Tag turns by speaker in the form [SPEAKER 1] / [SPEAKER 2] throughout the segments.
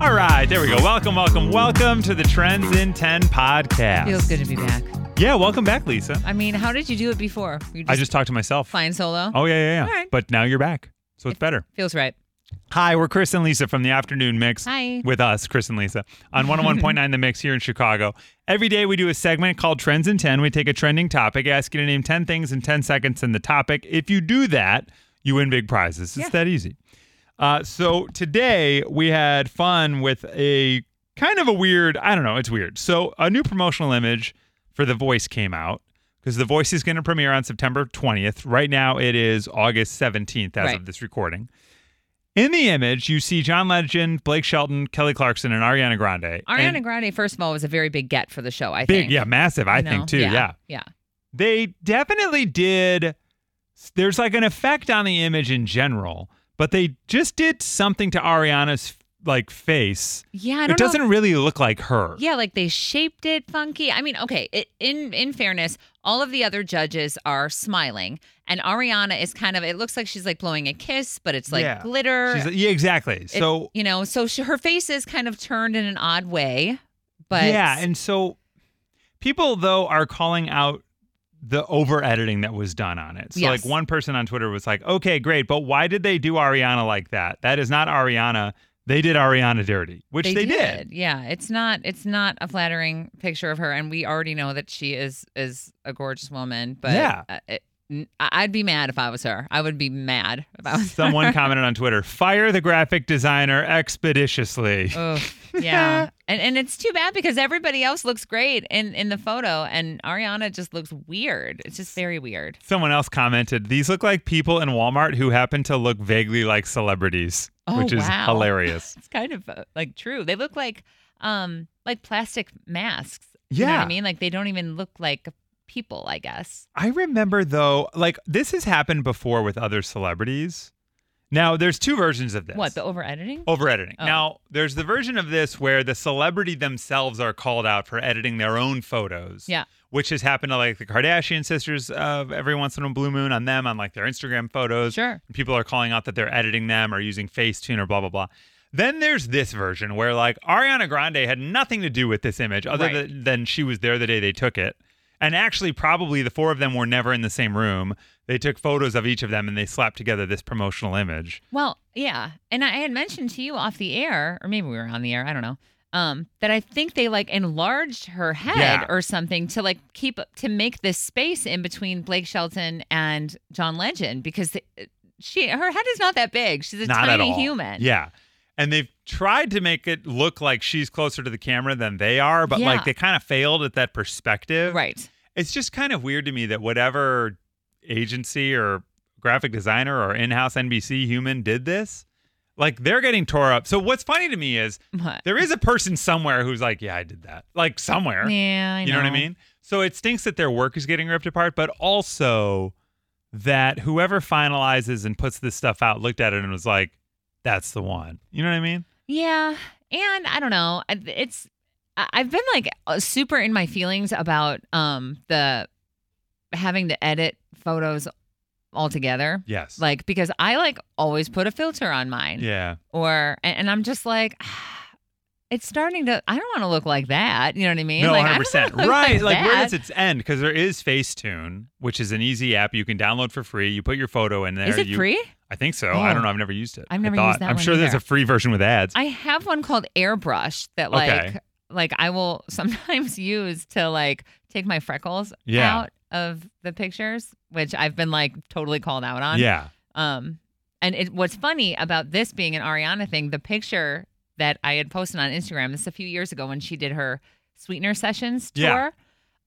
[SPEAKER 1] All right, there we go. Welcome, welcome, welcome to the Trends in 10 podcast.
[SPEAKER 2] Feels good to be back.
[SPEAKER 1] Yeah, welcome back, Lisa.
[SPEAKER 2] I mean, how did you do it before? You
[SPEAKER 1] I just talked to myself.
[SPEAKER 2] flying solo.
[SPEAKER 1] Oh, yeah, yeah, yeah.
[SPEAKER 2] All right.
[SPEAKER 1] But now you're back. So it's better.
[SPEAKER 2] Feels right.
[SPEAKER 1] Hi, we're Chris and Lisa from the Afternoon Mix.
[SPEAKER 2] Hi.
[SPEAKER 1] With us, Chris and Lisa, on 101.9 The Mix here in Chicago. Every day we do a segment called Trends in 10. We take a trending topic, ask you to name 10 things in 10 seconds in the topic. If you do that, you win big prizes. It's
[SPEAKER 2] Yeah.
[SPEAKER 1] that easy. Uh, so today we had fun with a kind of a weird, I don't know, it's weird. So a new promotional image for The Voice came out because The Voice is going to premiere on September 20th. Right now it is August 17th as
[SPEAKER 2] Right.
[SPEAKER 1] of this recording. In the image, you see John Legend, Blake Shelton, Kelly Clarkson, and Ariana Grande.
[SPEAKER 2] Ariana
[SPEAKER 1] And
[SPEAKER 2] Grande, first of all, was a very big get for the show. I
[SPEAKER 1] big,
[SPEAKER 2] think.
[SPEAKER 1] yeah, massive, I
[SPEAKER 2] You know?
[SPEAKER 1] think too, yeah.
[SPEAKER 2] Yeah.
[SPEAKER 1] They definitely did. There's like an effect on the image in general, but they just did something to Ariana's like face.
[SPEAKER 2] Yeah. I don't
[SPEAKER 1] It
[SPEAKER 2] know.
[SPEAKER 1] doesn't really look like her.
[SPEAKER 2] Yeah, like they shaped it funky. I mean, okay, it, in in fairness, all of the other judges are smiling, and Ariana is kind of. It looks like she's like blowing a kiss, but it's like
[SPEAKER 1] Yeah.
[SPEAKER 2] glitter.
[SPEAKER 1] She's yeah, exactly.
[SPEAKER 2] It-
[SPEAKER 1] So
[SPEAKER 2] you know, so she, her face is kind of turned in an odd way, but
[SPEAKER 1] yeah, and so people though are calling out the over editing that was done on it. So
[SPEAKER 2] Yes.
[SPEAKER 1] like one person on Twitter was like, "Okay, great, but why did they do Ariana like that? That is not Ariana. They did Ariana dirty, which they, did.
[SPEAKER 2] Yeah, it's not it's not a flattering picture of her, and we already know that she is is a gorgeous woman. But
[SPEAKER 1] Yeah.
[SPEAKER 2] uh, it, n- I- I'd be mad if I was her. I would be mad if I was
[SPEAKER 1] Someone
[SPEAKER 2] her.
[SPEAKER 1] commented on Twitter, "Fire the graphic designer expeditiously."
[SPEAKER 2] Ugh, yeah, and and it's too bad because everybody else looks great in in the photo, and Ariana just looks weird. It's just very weird.
[SPEAKER 1] Someone else commented, "These look like people in Walmart who happen to look vaguely like celebrities,"
[SPEAKER 2] Oh,
[SPEAKER 1] which is
[SPEAKER 2] wow.
[SPEAKER 1] hilarious.
[SPEAKER 2] It's kind of uh, like true. They look like um like plastic masks. You know what
[SPEAKER 1] Yeah.
[SPEAKER 2] I mean, like they don't even look like people. I guess.
[SPEAKER 1] I remember though, like this has happened before with other celebrities. Now there's two versions of this.
[SPEAKER 2] What the over editing?
[SPEAKER 1] over editing?
[SPEAKER 2] Oh.
[SPEAKER 1] Now there's the version of this where the celebrity themselves are called out for editing their own photos.
[SPEAKER 2] Yeah.
[SPEAKER 1] Which has happened to like the Kardashian sisters of every once in a blue moon on them on like their Instagram photos.
[SPEAKER 2] Sure.
[SPEAKER 1] People are calling out that they're editing them or using Facetune or blah blah blah. Then there's this version where like Ariana Grande had nothing to do with this image other
[SPEAKER 2] Right.
[SPEAKER 1] than, than she was there the day they took it. And actually probably the four of them were never in the same room. They took photos of each of them and they slapped together this promotional image.
[SPEAKER 2] Well, yeah. And I had mentioned to you off the air, or maybe we were on the air, I don't know, um, that I think they like enlarged her head
[SPEAKER 1] Yeah.
[SPEAKER 2] or something to like keep to make this space in between Blake Shelton and John Legend because the, uh, she her head is not that big. She's a
[SPEAKER 1] Not at
[SPEAKER 2] tiny
[SPEAKER 1] all.
[SPEAKER 2] human.
[SPEAKER 1] Yeah. And they've tried to make it look like she's closer to the camera than they are, but
[SPEAKER 2] Yeah.
[SPEAKER 1] like they kind of failed at that perspective.
[SPEAKER 2] Right.
[SPEAKER 1] It's just kind of weird to me that whatever agency or graphic designer or in-house NBC human did this, like they're getting tore up. So what's funny to me is
[SPEAKER 2] What?
[SPEAKER 1] there is a person somewhere who's like, yeah, I did that. Like somewhere.
[SPEAKER 2] Yeah, I know.
[SPEAKER 1] you know what I mean? So it stinks that their work is getting ripped apart, but also that whoever finalizes and puts this stuff out looked at it and was like, that's the one. You know what I mean?
[SPEAKER 2] Yeah, and I don't know. I- It's I- I've been like uh, super in my feelings about um the having to edit photos altogether.
[SPEAKER 1] Yes.
[SPEAKER 2] Like because I like always put a filter on mine,
[SPEAKER 1] yeah.
[SPEAKER 2] or and, and I'm just like. It's starting to. I don't want to look like that. You know what I mean?
[SPEAKER 1] No,
[SPEAKER 2] like,
[SPEAKER 1] hundred
[SPEAKER 2] I don't
[SPEAKER 1] percent.
[SPEAKER 2] wanna look
[SPEAKER 1] Right. Like, where
[SPEAKER 2] that.
[SPEAKER 1] does its end? Because there is Facetune, which is an easy app you can download for free. You put your photo in there.
[SPEAKER 2] Is it
[SPEAKER 1] you,
[SPEAKER 2] free?
[SPEAKER 1] I think so.
[SPEAKER 2] Oh.
[SPEAKER 1] I don't know. I've never used it.
[SPEAKER 2] I've
[SPEAKER 1] I
[SPEAKER 2] never
[SPEAKER 1] thought.
[SPEAKER 2] used that
[SPEAKER 1] I'm
[SPEAKER 2] one
[SPEAKER 1] sure there's
[SPEAKER 2] either.
[SPEAKER 1] a free version with ads.
[SPEAKER 2] I have one called Airbrush that like
[SPEAKER 1] Okay.
[SPEAKER 2] like I will sometimes use to like take my freckles
[SPEAKER 1] Yeah.
[SPEAKER 2] out of the pictures, which I've been like totally called out on.
[SPEAKER 1] yeah.
[SPEAKER 2] Um and it what's funny about this being an Ariana thing, the picture that I had posted on Instagram this is a few years ago when she did her Sweetener Sessions tour.
[SPEAKER 1] Yeah.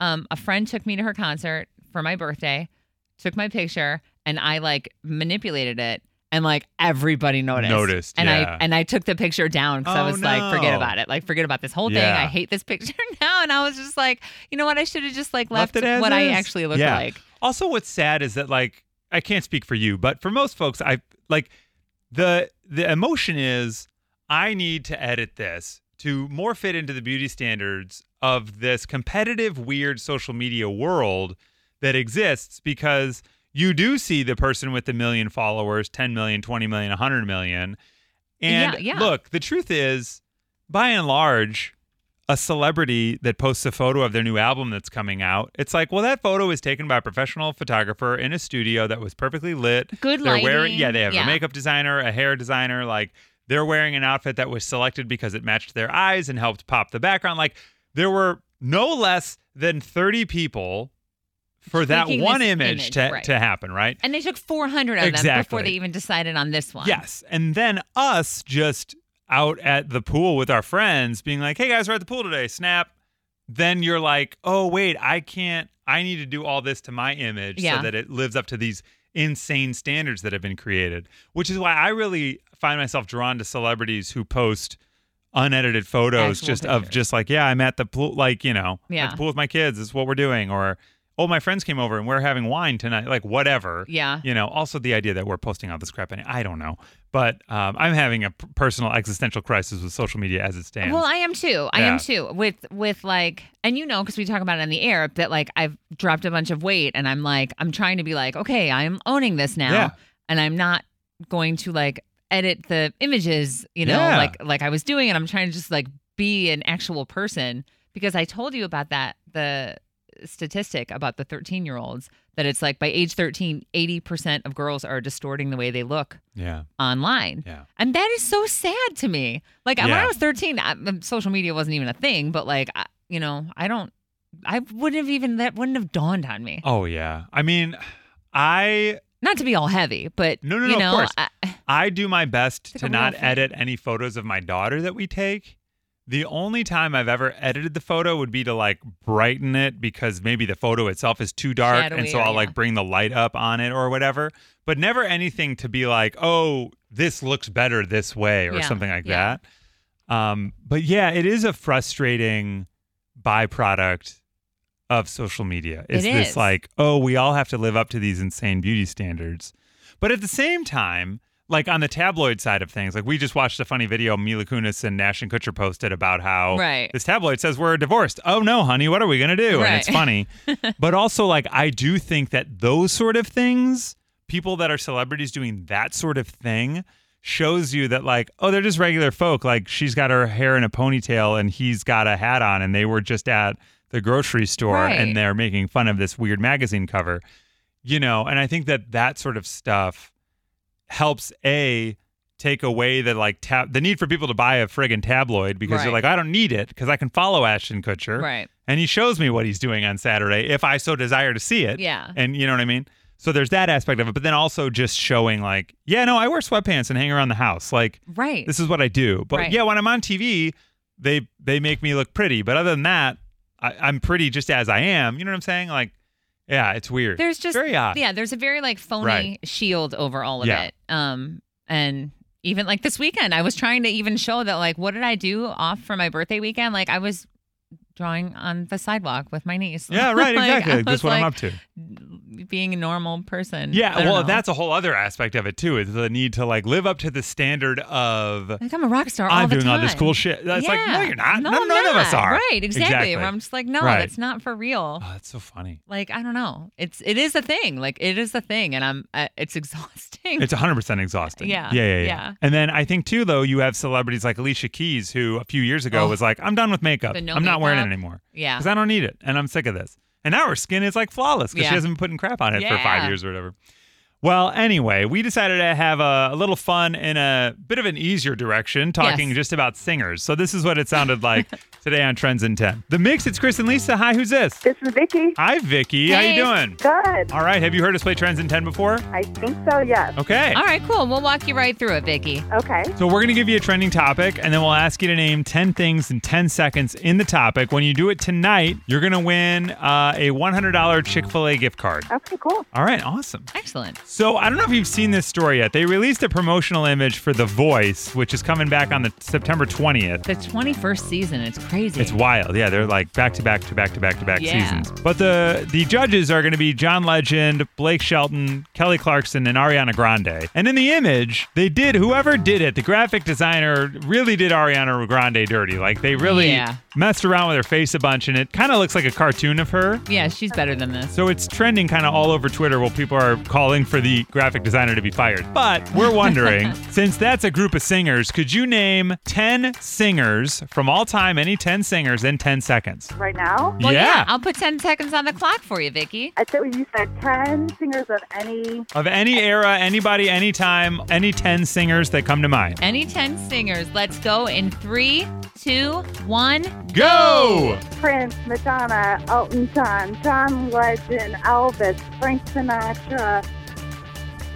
[SPEAKER 2] Um a friend took me to her concert for my birthday, took my picture and I like manipulated it and like everybody noticed.
[SPEAKER 1] Noticed,
[SPEAKER 2] And
[SPEAKER 1] yeah.
[SPEAKER 2] I and I took the picture down because I
[SPEAKER 1] Oh,
[SPEAKER 2] was like, forget
[SPEAKER 1] no.
[SPEAKER 2] about it. Like forget about this whole thing.
[SPEAKER 1] Yeah.
[SPEAKER 2] I hate this picture now. And I was just like, you know what? I should have just like left,
[SPEAKER 1] Left it as
[SPEAKER 2] what I
[SPEAKER 1] is.
[SPEAKER 2] actually looked
[SPEAKER 1] Yeah.
[SPEAKER 2] like.
[SPEAKER 1] Also, what's sad is that like I can't speak for you, but for most folks, I like the the emotion is I need to edit this to more fit into the beauty standards of this competitive, weird social media world that exists because you do see the person with the million followers, 10 million, 20 million, 100 million. And
[SPEAKER 2] Yeah, yeah.
[SPEAKER 1] look, the truth is by and large, a celebrity that posts a photo of their new album that's coming out, it's like, well, that photo was taken by a professional photographer in a studio that was perfectly lit.
[SPEAKER 2] Good
[SPEAKER 1] They're
[SPEAKER 2] lighting.
[SPEAKER 1] wearing, yeah, they have
[SPEAKER 2] yeah.
[SPEAKER 1] a makeup designer, a hair designer. Like they're wearing an outfit that was selected because it matched their eyes and helped pop the background. Like there were no less than 30 people for that
[SPEAKER 2] Tweaking
[SPEAKER 1] one
[SPEAKER 2] this
[SPEAKER 1] image,
[SPEAKER 2] image,
[SPEAKER 1] to,
[SPEAKER 2] right.
[SPEAKER 1] to happen, right?
[SPEAKER 2] And they took 400 of them before
[SPEAKER 1] Exactly.
[SPEAKER 2] they even decided on this one.
[SPEAKER 1] Yes. And then us just out at the pool with our friends being like, hey guys, we're at the pool today, snap. Then you're like, oh, wait, I can't, I need to do all this to my image
[SPEAKER 2] Yeah.
[SPEAKER 1] so that it lives up to these insane standards that have been created, which is why I really find myself drawn to celebrities who post unedited photos
[SPEAKER 2] Actual
[SPEAKER 1] just of
[SPEAKER 2] pictures.
[SPEAKER 1] just like, yeah, I'm at the pool, like, you know, at
[SPEAKER 2] Yeah.
[SPEAKER 1] the pool with my kids, this is what we're doing. Or, oh, my friends came over and we're having wine tonight, like, whatever
[SPEAKER 2] Yeah.
[SPEAKER 1] you know also the idea that we're posting all this crap and i don't know but um, i'm having a p- personal existential crisis with social media as it stands
[SPEAKER 2] Well, I am too. I
[SPEAKER 1] Yeah.
[SPEAKER 2] am too. With with like, and you know, because we talk about it on the air that like I've dropped a bunch of weight, and I'm like, I'm trying to be like, okay, I'm owning this now,
[SPEAKER 1] Yeah.
[SPEAKER 2] and I'm not going to like edit the images, you know,
[SPEAKER 1] Yeah.
[SPEAKER 2] like like I was doing, and I'm trying to just like be an actual person because I told you about that the statistic about the 13 year olds that it's like by age 13 80% of girls are distorting the way they look
[SPEAKER 1] yeah
[SPEAKER 2] online.
[SPEAKER 1] Yeah.
[SPEAKER 2] And that is so sad to me. Like when
[SPEAKER 1] Yeah.
[SPEAKER 2] I was 13, I, um, social media wasn't even a thing, but like, I, you know, I don't, I wouldn't have even, that wouldn't have dawned on me.
[SPEAKER 1] oh yeah i mean i
[SPEAKER 2] Not to be all heavy, but
[SPEAKER 1] No, no, no,
[SPEAKER 2] you
[SPEAKER 1] of
[SPEAKER 2] know,
[SPEAKER 1] course.
[SPEAKER 2] I,
[SPEAKER 1] i do my best
[SPEAKER 2] It's
[SPEAKER 1] to
[SPEAKER 2] like a
[SPEAKER 1] not
[SPEAKER 2] real thing.
[SPEAKER 1] edit any photos of my daughter that we take the only time i've ever edited the photo would be to like brighten it because maybe the photo itself is too dark and
[SPEAKER 2] Shadowy
[SPEAKER 1] so
[SPEAKER 2] or-
[SPEAKER 1] i'll
[SPEAKER 2] yeah.
[SPEAKER 1] like bring the light up on it or whatever but never anything to be like oh this looks better this way or
[SPEAKER 2] Yeah,
[SPEAKER 1] something like
[SPEAKER 2] yeah.
[SPEAKER 1] that Um, but yeah, it is a frustrating byproduct of social media. It's
[SPEAKER 2] It
[SPEAKER 1] this
[SPEAKER 2] is.
[SPEAKER 1] like, oh, we all have to live up to these insane beauty standards. But at the same time, like on the tabloid side of things, like we just watched a funny video Mila Kunis and Nash and Kutcher posted about how
[SPEAKER 2] Right.
[SPEAKER 1] this tabloid says we're divorced. Oh no, honey, what are we gonna do? And it's
[SPEAKER 2] Right.
[SPEAKER 1] funny. but also like I do think that those sort of things, people that are celebrities doing that sort of thing, shows you that like, oh, they're just regular folk. Like she's got her hair in a ponytail and he's got a hat on and they were just at the grocery store
[SPEAKER 2] Right.
[SPEAKER 1] and they're making fun of this weird magazine cover. You know, and I think that that sort of stuff helps a take away the like tab the need for people to buy a friggin' tabloid because you're
[SPEAKER 2] Right.
[SPEAKER 1] like I don't need it because I can follow Ashton Kutcher
[SPEAKER 2] right.
[SPEAKER 1] and he shows me what he's doing on Saturday if I so desire to see it
[SPEAKER 2] Yeah.
[SPEAKER 1] and you know what I mean so there's that aspect of it but then also just showing like yeah no I wear sweatpants and hang around the house like
[SPEAKER 2] Right.
[SPEAKER 1] this is what I do but
[SPEAKER 2] Right.
[SPEAKER 1] yeah when I'm on TV they they make me look pretty but other than that I, I'm pretty just as I am you know what I'm saying like yeah it's weird
[SPEAKER 2] there's just,
[SPEAKER 1] very odd
[SPEAKER 2] yeah, there's a very like phony
[SPEAKER 1] Right.
[SPEAKER 2] shield over all of
[SPEAKER 1] Yeah.
[SPEAKER 2] it. Um, and even like this weekend, I was trying to even show that like, what did I do off for my birthday weekend? Like I was drawing on the sidewalk with my niece.
[SPEAKER 1] yeah right
[SPEAKER 2] Like,
[SPEAKER 1] exactly
[SPEAKER 2] I
[SPEAKER 1] like, that's
[SPEAKER 2] was
[SPEAKER 1] what I'm
[SPEAKER 2] like,
[SPEAKER 1] up to
[SPEAKER 2] being a normal person. I
[SPEAKER 1] Yeah,
[SPEAKER 2] don't
[SPEAKER 1] well,
[SPEAKER 2] know.
[SPEAKER 1] that's a whole other aspect of it too. Is the need to like live up to the standard of
[SPEAKER 2] like I'm a rock star. all
[SPEAKER 1] I'm
[SPEAKER 2] the
[SPEAKER 1] doing all this
[SPEAKER 2] time.
[SPEAKER 1] cool shit. That's like
[SPEAKER 2] Yeah.
[SPEAKER 1] no, you're not.
[SPEAKER 2] No,
[SPEAKER 1] none,
[SPEAKER 2] I'm
[SPEAKER 1] none of us
[SPEAKER 2] not.
[SPEAKER 1] are.
[SPEAKER 2] Right, exactly. Where I'm
[SPEAKER 1] exactly.
[SPEAKER 2] just like, no,
[SPEAKER 1] Right.
[SPEAKER 2] that's not for real.
[SPEAKER 1] Oh, that's so funny.
[SPEAKER 2] Like I don't know. It's it is a thing. Like it is a thing, and I'm uh, it's exhausting.
[SPEAKER 1] It's 100 percent exhausting.
[SPEAKER 2] Yeah,
[SPEAKER 1] yeah, yeah, yeah,
[SPEAKER 2] yeah.
[SPEAKER 1] And then I think too, though, you have celebrities like Alicia Keys, who a few years ago
[SPEAKER 2] Oh.
[SPEAKER 1] was like, "I'm done with makeup.
[SPEAKER 2] The no
[SPEAKER 1] I'm not wearing it
[SPEAKER 2] makeup.
[SPEAKER 1] anymore
[SPEAKER 2] yeah,
[SPEAKER 1] because I don't need it, and I'm sick of this." And now her skin is like flawless because
[SPEAKER 2] Yeah.
[SPEAKER 1] she hasn't been putting crap on it for five
[SPEAKER 2] Yeah.
[SPEAKER 1] years or whatever. Well, anyway, we decided to have a, a little fun in a bit of an easier direction, talking
[SPEAKER 2] Yes.
[SPEAKER 1] just about singers. So this is what it sounded like today on Trends in Ten. The mix. It's Chris and Lisa. Hi, who's this?
[SPEAKER 3] This is Vicky.
[SPEAKER 1] Hi, Vicky.
[SPEAKER 2] Hey.
[SPEAKER 1] How you doing?
[SPEAKER 3] Good.
[SPEAKER 1] All right. Have you heard us play Trends in 10 before?
[SPEAKER 3] I think so, yes.
[SPEAKER 1] Okay.
[SPEAKER 2] All right, cool. We'll walk you right through it, Vicky.
[SPEAKER 3] Okay.
[SPEAKER 1] So we're going to give you a trending topic and then we'll ask you to name 10 things in 10 seconds in the topic. When you do it tonight, you're going to win uh, a $100 Chick-fil-A gift card.
[SPEAKER 3] Okay, cool.
[SPEAKER 1] All right. Awesome.
[SPEAKER 2] Excellent.
[SPEAKER 1] So I don't know if you've seen this story yet. They released a promotional image for The Voice, which is coming back on the September 20th.
[SPEAKER 2] The 21st season. It's crazy.
[SPEAKER 1] It's wild. Yeah, they're like back to back to back to back to back
[SPEAKER 2] Yeah.
[SPEAKER 1] seasons. But the the judges are going to be John Legend, Blake Shelton, Kelly Clarkson, and Ariana Grande. And in the image, they did whoever did it. The graphic designer really did Ariana Grande dirty. Like they really
[SPEAKER 2] Yeah.
[SPEAKER 1] messed around with her face a bunch, and it kind of looks like a cartoon of her.
[SPEAKER 2] yeah, she's better than this.
[SPEAKER 1] So it's trending kind of all over Twitter while people are calling for the graphic designer to be fired. But we're wondering, since that's a group of singers, could you name 10 singers from all time, any 10 singers in 10 seconds?
[SPEAKER 3] Right now,
[SPEAKER 2] Well, yeah. I'll put 10 seconds on the clock for you, Vicky.
[SPEAKER 3] I said you said ten singers of any.
[SPEAKER 1] Of any era, anybody, anytime, any 10 singers that come to mind.
[SPEAKER 2] Any 10 singers. Let's go in three, two, one.
[SPEAKER 1] Go!
[SPEAKER 3] Prince, Madonna, Elton John, John Legend, Elvis, Frank Sinatra,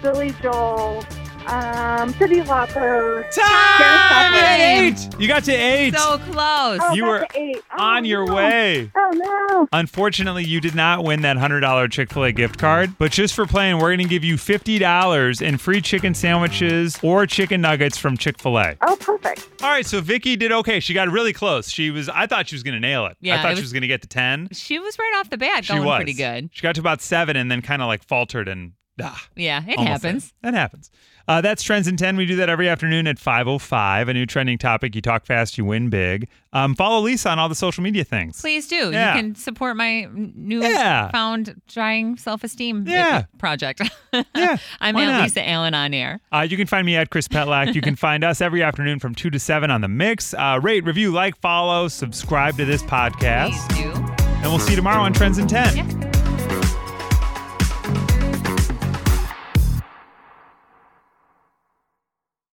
[SPEAKER 3] Billy Joel, um, City Walker.
[SPEAKER 1] Time!
[SPEAKER 2] Yes,
[SPEAKER 1] Eight! You got to eight.
[SPEAKER 2] So close.
[SPEAKER 3] Oh,
[SPEAKER 1] You
[SPEAKER 3] that's
[SPEAKER 1] were
[SPEAKER 3] an eight. Oh,
[SPEAKER 1] on your
[SPEAKER 3] no.
[SPEAKER 1] way.
[SPEAKER 3] Oh no!
[SPEAKER 1] Unfortunately, you did not win that $100 Chick fil A gift card, but just for playing, we're going to give you $50 in free chicken sandwiches or chicken nuggets from Chick fil A.
[SPEAKER 3] Oh, perfect.
[SPEAKER 1] All right, so Vicky did okay. She got really close. She was, I thought she was going to nail it.
[SPEAKER 2] Yeah,
[SPEAKER 1] I
[SPEAKER 2] it
[SPEAKER 1] thought
[SPEAKER 2] was-
[SPEAKER 1] she was going to get to 10.
[SPEAKER 2] She was right off the bat
[SPEAKER 1] She
[SPEAKER 2] going
[SPEAKER 1] was.
[SPEAKER 2] pretty good.
[SPEAKER 1] She got to about seven and then kind of like faltered and, ah.
[SPEAKER 2] Yeah, it
[SPEAKER 1] Almost
[SPEAKER 2] happens.
[SPEAKER 1] there. That happens. Uh, that's Trends in 10. We do that every afternoon at 5.05. A new trending topic. You talk fast, you win big. Um, follow Lisa on all the social media things.
[SPEAKER 2] Please do.
[SPEAKER 1] Yeah.
[SPEAKER 2] You can support my n- new
[SPEAKER 1] Yeah.
[SPEAKER 2] found trying self esteem
[SPEAKER 1] Yeah.
[SPEAKER 2] project.
[SPEAKER 1] Yeah,
[SPEAKER 2] I'm
[SPEAKER 1] why
[SPEAKER 2] at
[SPEAKER 1] not?
[SPEAKER 2] Lisa Allen on air.
[SPEAKER 1] Uh, you can find me at Chris Petlack. You can find us every afternoon from 2 to 7 on The Mix. Uh, rate, review, like, follow, subscribe to this podcast.
[SPEAKER 2] Please do.
[SPEAKER 1] And we'll see you tomorrow on Trends in 10.
[SPEAKER 2] Yeah.